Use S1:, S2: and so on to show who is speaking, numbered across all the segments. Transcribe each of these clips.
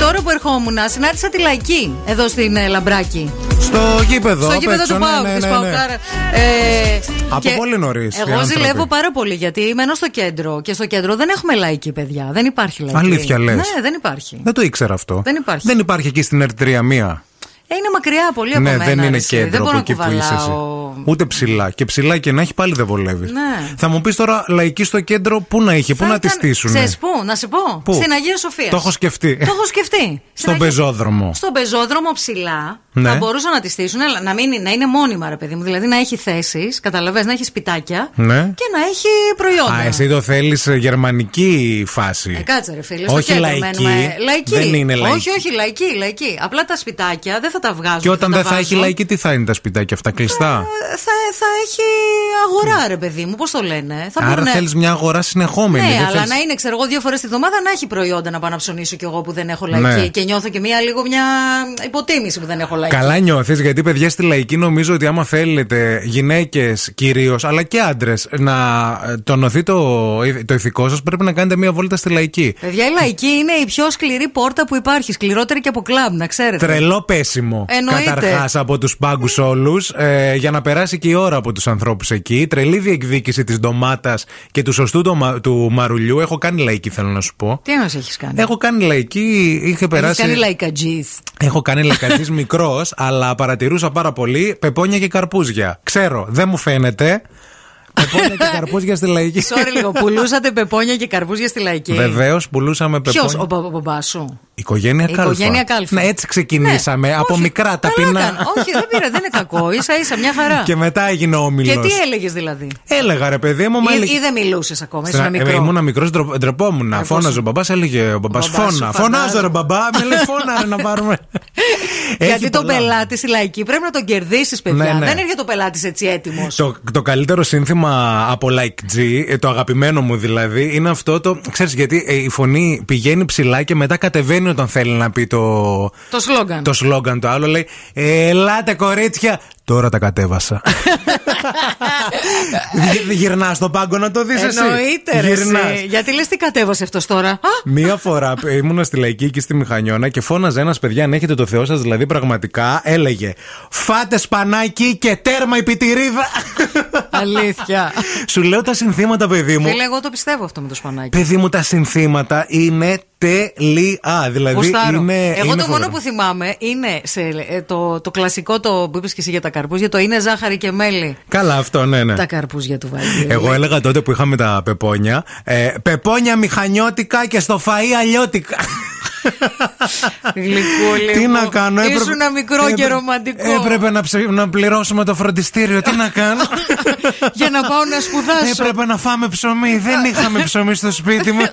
S1: ώρα που ερχόμουν, συνάντησα τη λαϊκή εδώ στην ε, Λαμπράκη.
S2: Στο γήπεδο.
S1: Στο γήπεδο
S2: ναι,
S1: του Πάουκ. της Παουκάρα. Ε,
S2: Από
S1: και
S2: πολύ νωρίς, οι
S1: Εγώ
S2: άνθρωποι.
S1: ζηλεύω πάρα πολύ γιατί μένω στο κέντρο και στο κέντρο δεν έχουμε λαϊκή, παιδιά. Δεν υπάρχει λαϊκή.
S2: Αλήθεια λες.
S1: Ναι, δεν υπάρχει.
S2: Δεν το ήξερα αυτό.
S1: Δεν υπάρχει.
S2: Δεν υπάρχει εκεί στην R3 μία.
S1: Ε, είναι μακριά πολύ από
S2: Ναι,
S1: μένα.
S2: δεν είναι
S1: εσύ.
S2: κέντρο
S1: Δεν
S2: από
S1: μπορώ να
S2: εκεί που είσαι εσύ.
S1: κουβαλάω.
S2: Ούτε ψηλά. Και ψηλά και να έχει πάλι δεν βολεύει.
S1: Ναι.
S2: Θα μου πεις τώρα λαϊκή στο κέντρο, πού να είχε, πού
S1: Θα
S2: να τη
S1: ήταν-
S2: στήσουν.
S1: Ξέρεις πού, να σε πω.
S2: Πού?
S1: Στην Αγία Σοφία.
S2: Το έχω σκεφτεί.
S1: Το έχω σκεφτεί. Στην
S2: Στον
S1: Αγία-
S2: πεζόδρομο.
S1: Στον πεζόδρομο ψηλά
S2: Ναι.
S1: θα μπορούσαν να τη στήσουν, αλλά να, μην, είναι- να είναι μόνιμα, ρε παιδί μου. Δηλαδή να έχει θέσεις, καταλαβες, να έχει σπιτάκια
S2: Ναι.
S1: και να έχει προϊόντα.
S2: Α, εσύ το θέλεις γερμανική φάση.
S1: Ε, κάτσε ρε φίλε, στο
S2: Όχι
S1: κέντρο
S2: λαϊκή.
S1: μένουμε. λαϊκή.
S2: Δεν είναι λαϊκή.
S1: Όχι, όχι, λαϊκή, λαϊκή. Απλά τα σπιτάκια δεν θα τα βγάζουν.
S2: Και όταν δεν
S1: δεν
S2: θα έχει λαϊκή, τι θα είναι τα σπιτάκια αυτά κλειστά.
S1: Θα, θα έχει αγορά, ρε παιδί μου, πώς το λένε. Θα
S2: Άρα
S1: μπορουνε-
S2: θέλεις μια αγορά συνεχόμενη.
S1: ναι,
S2: δεν
S1: αλλά
S2: θέλεις-
S1: να είναι, ξέρω εγώ, δύο φορές τη βδομάδα να έχει προϊόντα να πάω να ψωνίσω κι εγώ που δεν έχω λαϊκή.
S2: Ναι.
S1: Και νιώθω και μία λίγο μια υποτίμηση που δεν έχω λαϊκή.
S2: Καλά νιώθεις, γιατί παιδιά στη λαϊκή νομίζω ότι άμα θέλετε γυναίκες κυρίως, αλλά και άντρες, να ε, τονωθεί το, το ηθικό σας, πρέπει να κάνετε μία βόλτα στη λαϊκή.
S1: Παιδιά, η λαϊκή είναι η πιο σκληρή πόρτα που υπάρχει. Σκληρότερη και από κλαμπ, να ξέρετε.
S2: Τρελό πέσιμο
S1: Ε, Εννοείται.
S2: καταρχάς από τους πάγκους όλους ε, για να περάσει και η ώρα από τους ανθρώπους εκεί. Τρελή διεκδίκηση της ντομάτας και του σωστού ντομα- του μαρουλιού. Έχω κάνει λαϊκή, θέλω να σου πω.
S1: Τι ένωση έχεις κάνει.
S2: Έχω κάνει λαϊκή, είχε
S1: Ναι. Έχεις
S2: περάσει.
S1: κάνει λαϊκατζής.
S2: Έχω κάνει λακατή μικρός, αλλά παρατηρούσα πάρα πολύ πεπόνια και καρπούζια. Ξέρω, δεν μου φαίνεται. Πεπόνια και καρπούζια στη λαϊκή.
S1: Sorry λίγο, πουλούσατε πεπόνια και καρπούζια στη λαϊκή.
S2: Βεβαίως, πουλούσαμε
S1: Ποιος,
S2: πεπόνια.
S1: ο πα- ο μπαμπάς σου.
S2: Οικογένεια
S1: Η
S2: κάλφα.
S1: οικογένεια κάλφα.
S2: Ναι, έτσι ξεκινήσαμε.
S1: Ναι,
S2: από
S1: όχι,
S2: μικρά
S1: καλά
S2: ταπεινά.
S1: έκανε. Όχι, δεν πήρε, δεν είναι κακό. σα ίσα μια χαρά.
S2: Και μετά έγινε
S1: Και
S2: όμιλο.
S1: τι Ε, έλεγες δηλαδή.
S2: Έλεγα ρε παιδί μου, μα
S1: Ή,
S2: έλεγε.
S1: ή δεν μιλούσες ακόμα,
S2: Στην-
S1: ήσουν
S2: ε,
S1: μικρό.
S2: Ήμουνα μικρός, ντρεπόμουν. Φώναζε ο μπαμπάς, έλεγε ο μπαμπάς.
S1: Ο μπαμπάς σου,
S2: Φώνα.
S1: φαντάζομαι.
S2: Φωνάζω ρε μπαμπά, με λέει φώνα ρε, να πάρουμε.
S1: Γιατί
S2: Έχει
S1: τον
S2: πολλά.
S1: πελάτη στη λαϊκή πρέπει να τον κερδίσεις, παιδιά.
S2: Ναι, ναι.
S1: Δεν έρχεται ο πελάτης έτσι έτοιμος.
S2: Το, το καλύτερο σύνθημα από Like G, ε, το αγαπημένο μου δηλαδή, είναι αυτό το. Ξέρεις γιατί ε, η φωνή πηγαίνει ψηλά και μετά κατεβαίνει όταν θέλει να πει το,
S1: Το σλόγγαν.
S2: το σλόγγαν το άλλο. Λέει Ελάτε κορίτσια! Τώρα τα κατέβασα. Γυ- Γυρνάς στον πάγκο να το δεις εσύ.
S1: Εννοείται, ρε,
S2: Γυρνάς.
S1: εσύ. Γιατί λες τι κατέβασε αυτός τώρα. Α,
S2: Μία φορά ε, ήμουνα στη λαϊκή εκεί στη Μηχανιώνα και φώναζε ένας παιδιά, αν έχετε το Θεό σας, δηλαδή πραγματικά έλεγε Φάτε σπανάκι και τέρμα η πιτηρίδα.
S1: αλήθεια.
S2: Σου λέω τα συνθήματα, παιδί μου.
S1: Φίλε, εγώ το πιστεύω αυτό με το σπανάκι.
S2: Παιδί μου, τα συνθήματα είναι τελεία. Δηλαδή
S1: Γουστάρω.
S2: είναι.
S1: Εγώ
S2: είναι
S1: το μόνο
S2: φοβερό.
S1: που θυμάμαι είναι σε, ε, το, το κλασικό το που είπες και εσύ για τα καρπούζια, το είναι ζάχαρη και μέλι.
S2: Καλά, αυτό, ναι, ναι.
S1: Τα καρπούζια του Βαγγέλη.
S2: Εγώ έλεγα τότε που είχαμε τα πεπόνια. Ε, πεπόνια μηχανιώτικα και στο φαΐ αλλιώτικα.
S1: Γλυκούλη
S2: Τι
S1: μου.
S2: να κάνω,
S1: Ήσουνα μικρό και ρομαντικό.
S2: Έπρεπε να, ψε- να πληρώσουμε το φροντιστήριο. Τι να κάνω.
S1: Για να πάω να σπουδάσω.
S2: Έπρεπε να φάμε ψωμί. Δεν είχαμε ψωμί στο σπίτι μα.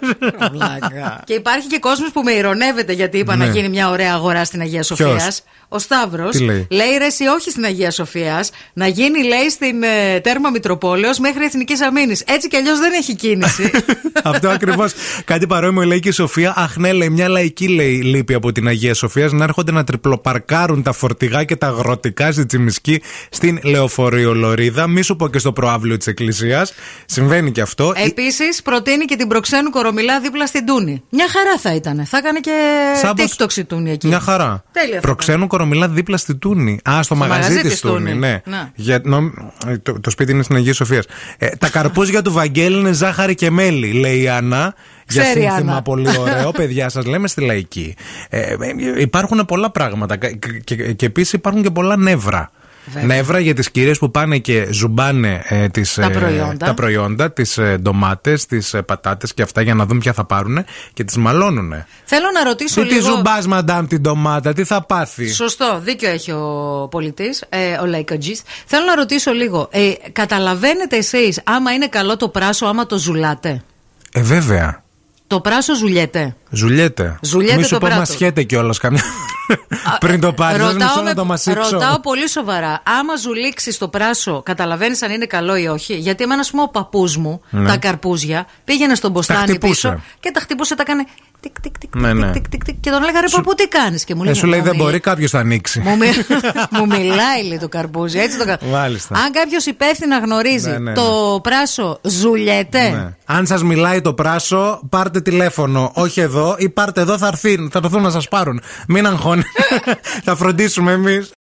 S1: Βλάκα. και υπάρχει και κόσμος που με ηρωνεύεται γιατί είπα να
S2: Ναι.
S1: γίνει μια ωραία αγορά στην Αγία Σοφία.
S2: Ποιος?
S1: Ο Σταύρος
S2: Τι λέει?
S1: ρε εσύ όχι στην Αγία Σοφίας, να γίνει λέει στην ε, τέρμα Μητροπόλεως μέχρι Εθνικής Αμήνης. Έτσι κι αλλιώς δεν έχει κίνηση.
S2: Αυτό ακριβώς. Κάτι παρόμοιο λέει και η Σοφία. Αχ, ναι, λέει, μια λαϊκή λέει λύπη από την Αγία Σοφία να έρχονται να τριπλοπαρκάρουν τα φορτηγά και τα αγροτικά στη Τσιμισκή στην λεωφορείολορίδα. Μη σου πω και στο προάβλιο της Εκκλησίας. Συμβαίνει και αυτό.
S1: Επίσης, προτείνει και την προξένου κορομιλά δίπλα στην Τούνη. Μια χαρά θα ήταν. Θα έκανε και
S2: Σαν πως-
S1: TikTok η Τούνη εκεί.
S2: Μια χαρά.
S1: Τέλεια θα
S2: Προξένου κορομιλά δίπλα στη Τούνη. Α, στο, μαγαζί, της της Τούνης. Ναι.
S1: Να.
S2: Για, νο- ε, το, το σπίτι είναι στην Αγία Σοφία. Ε, τα καρπούζια του Βαγγέλη είναι ζάχαρη και μέλι, λέει η Άννα.
S1: Ξέρει η
S2: για σύνθημα
S1: Άννα.
S2: πολύ ωραίο, παιδιά, σας λέμε στη λαϊκή. Ε, ε, υπάρχουν πολλά πράγματα. Κα- Και, και, και επίσης υπάρχουν και πολλά νεύρα. Νεύρα για τις κυρίες που πάνε και ζουμπάνε ε, τις,
S1: Τα
S2: ε,
S1: προϊόντα.
S2: τα προϊόντα, τις ε, ντομάτες, τις ε, πατάτες και αυτά για να δουν ποια θα πάρουν και τις μαλώνουνε.
S1: Θέλω να ρωτήσω
S2: Τι τη
S1: λίγο.
S2: ζουμπάς, μαντάμ, την ντομάτα, τι θα πάθει.
S1: Σωστό, δίκιο έχει ο πολιτής, ε, ο λαϊκατζής. Θέλω να ρωτήσω λίγο. Ε, καταλαβαίνετε εσείς άμα είναι καλό το πράσο, άμα το ζουλάτε.
S2: Ε, βέβαια.
S1: Το πράσο ζουλιέται.
S2: Ζουλιέται.
S1: Ζουλιέται
S2: Μη σου
S1: το
S2: πω,
S1: πράτο.
S2: μασιέται κιόλας καμιά. Πριν το πάρεις, δεν μισό να
S1: με-
S2: το μασίξω.
S1: ρωτάω πολύ σοβαρά. Άμα ζουλήξεις το πράσο, καταλαβαίνεις αν είναι καλό ή όχι. Γιατί εμένα, ας πούμε, ο παππούς μου
S2: Ναι.
S1: τα καρπούζια πήγαινε στον ποστάνι
S2: χτυπούσε.
S1: πίσω και τα χτυπούσε, τα έκανε. τικ, τικ, τικ,
S2: Ναι, ναι.
S1: τικ, τικ, τικ, τικ. Και τον έλεγα ρε παππού τι κάνεις και μου λέει
S2: Ε, σου λέει
S1: «Μου
S2: δεν
S1: μιλ-
S2: μπορεί, κάποιος θα ανοίξει.
S1: Μου, μι- μου μιλάει λέει το καρπούζι. Έτσι το κα-
S2: Μάλιστα.
S1: Αν κάποιος υπεύθυνα γνωρίζει
S2: Ναι, ναι, ναι.
S1: το πράσο ζουλιέται.
S2: Ναι. Αν σας μιλάει το πράσο, πάρτε τηλέφωνο. Όχι εδώ, ή πάρτε εδώ, θα έρθουν, θα έρθουν να σας πάρουν. Μην αγχώνετε. θα φροντίσουμε εμείς.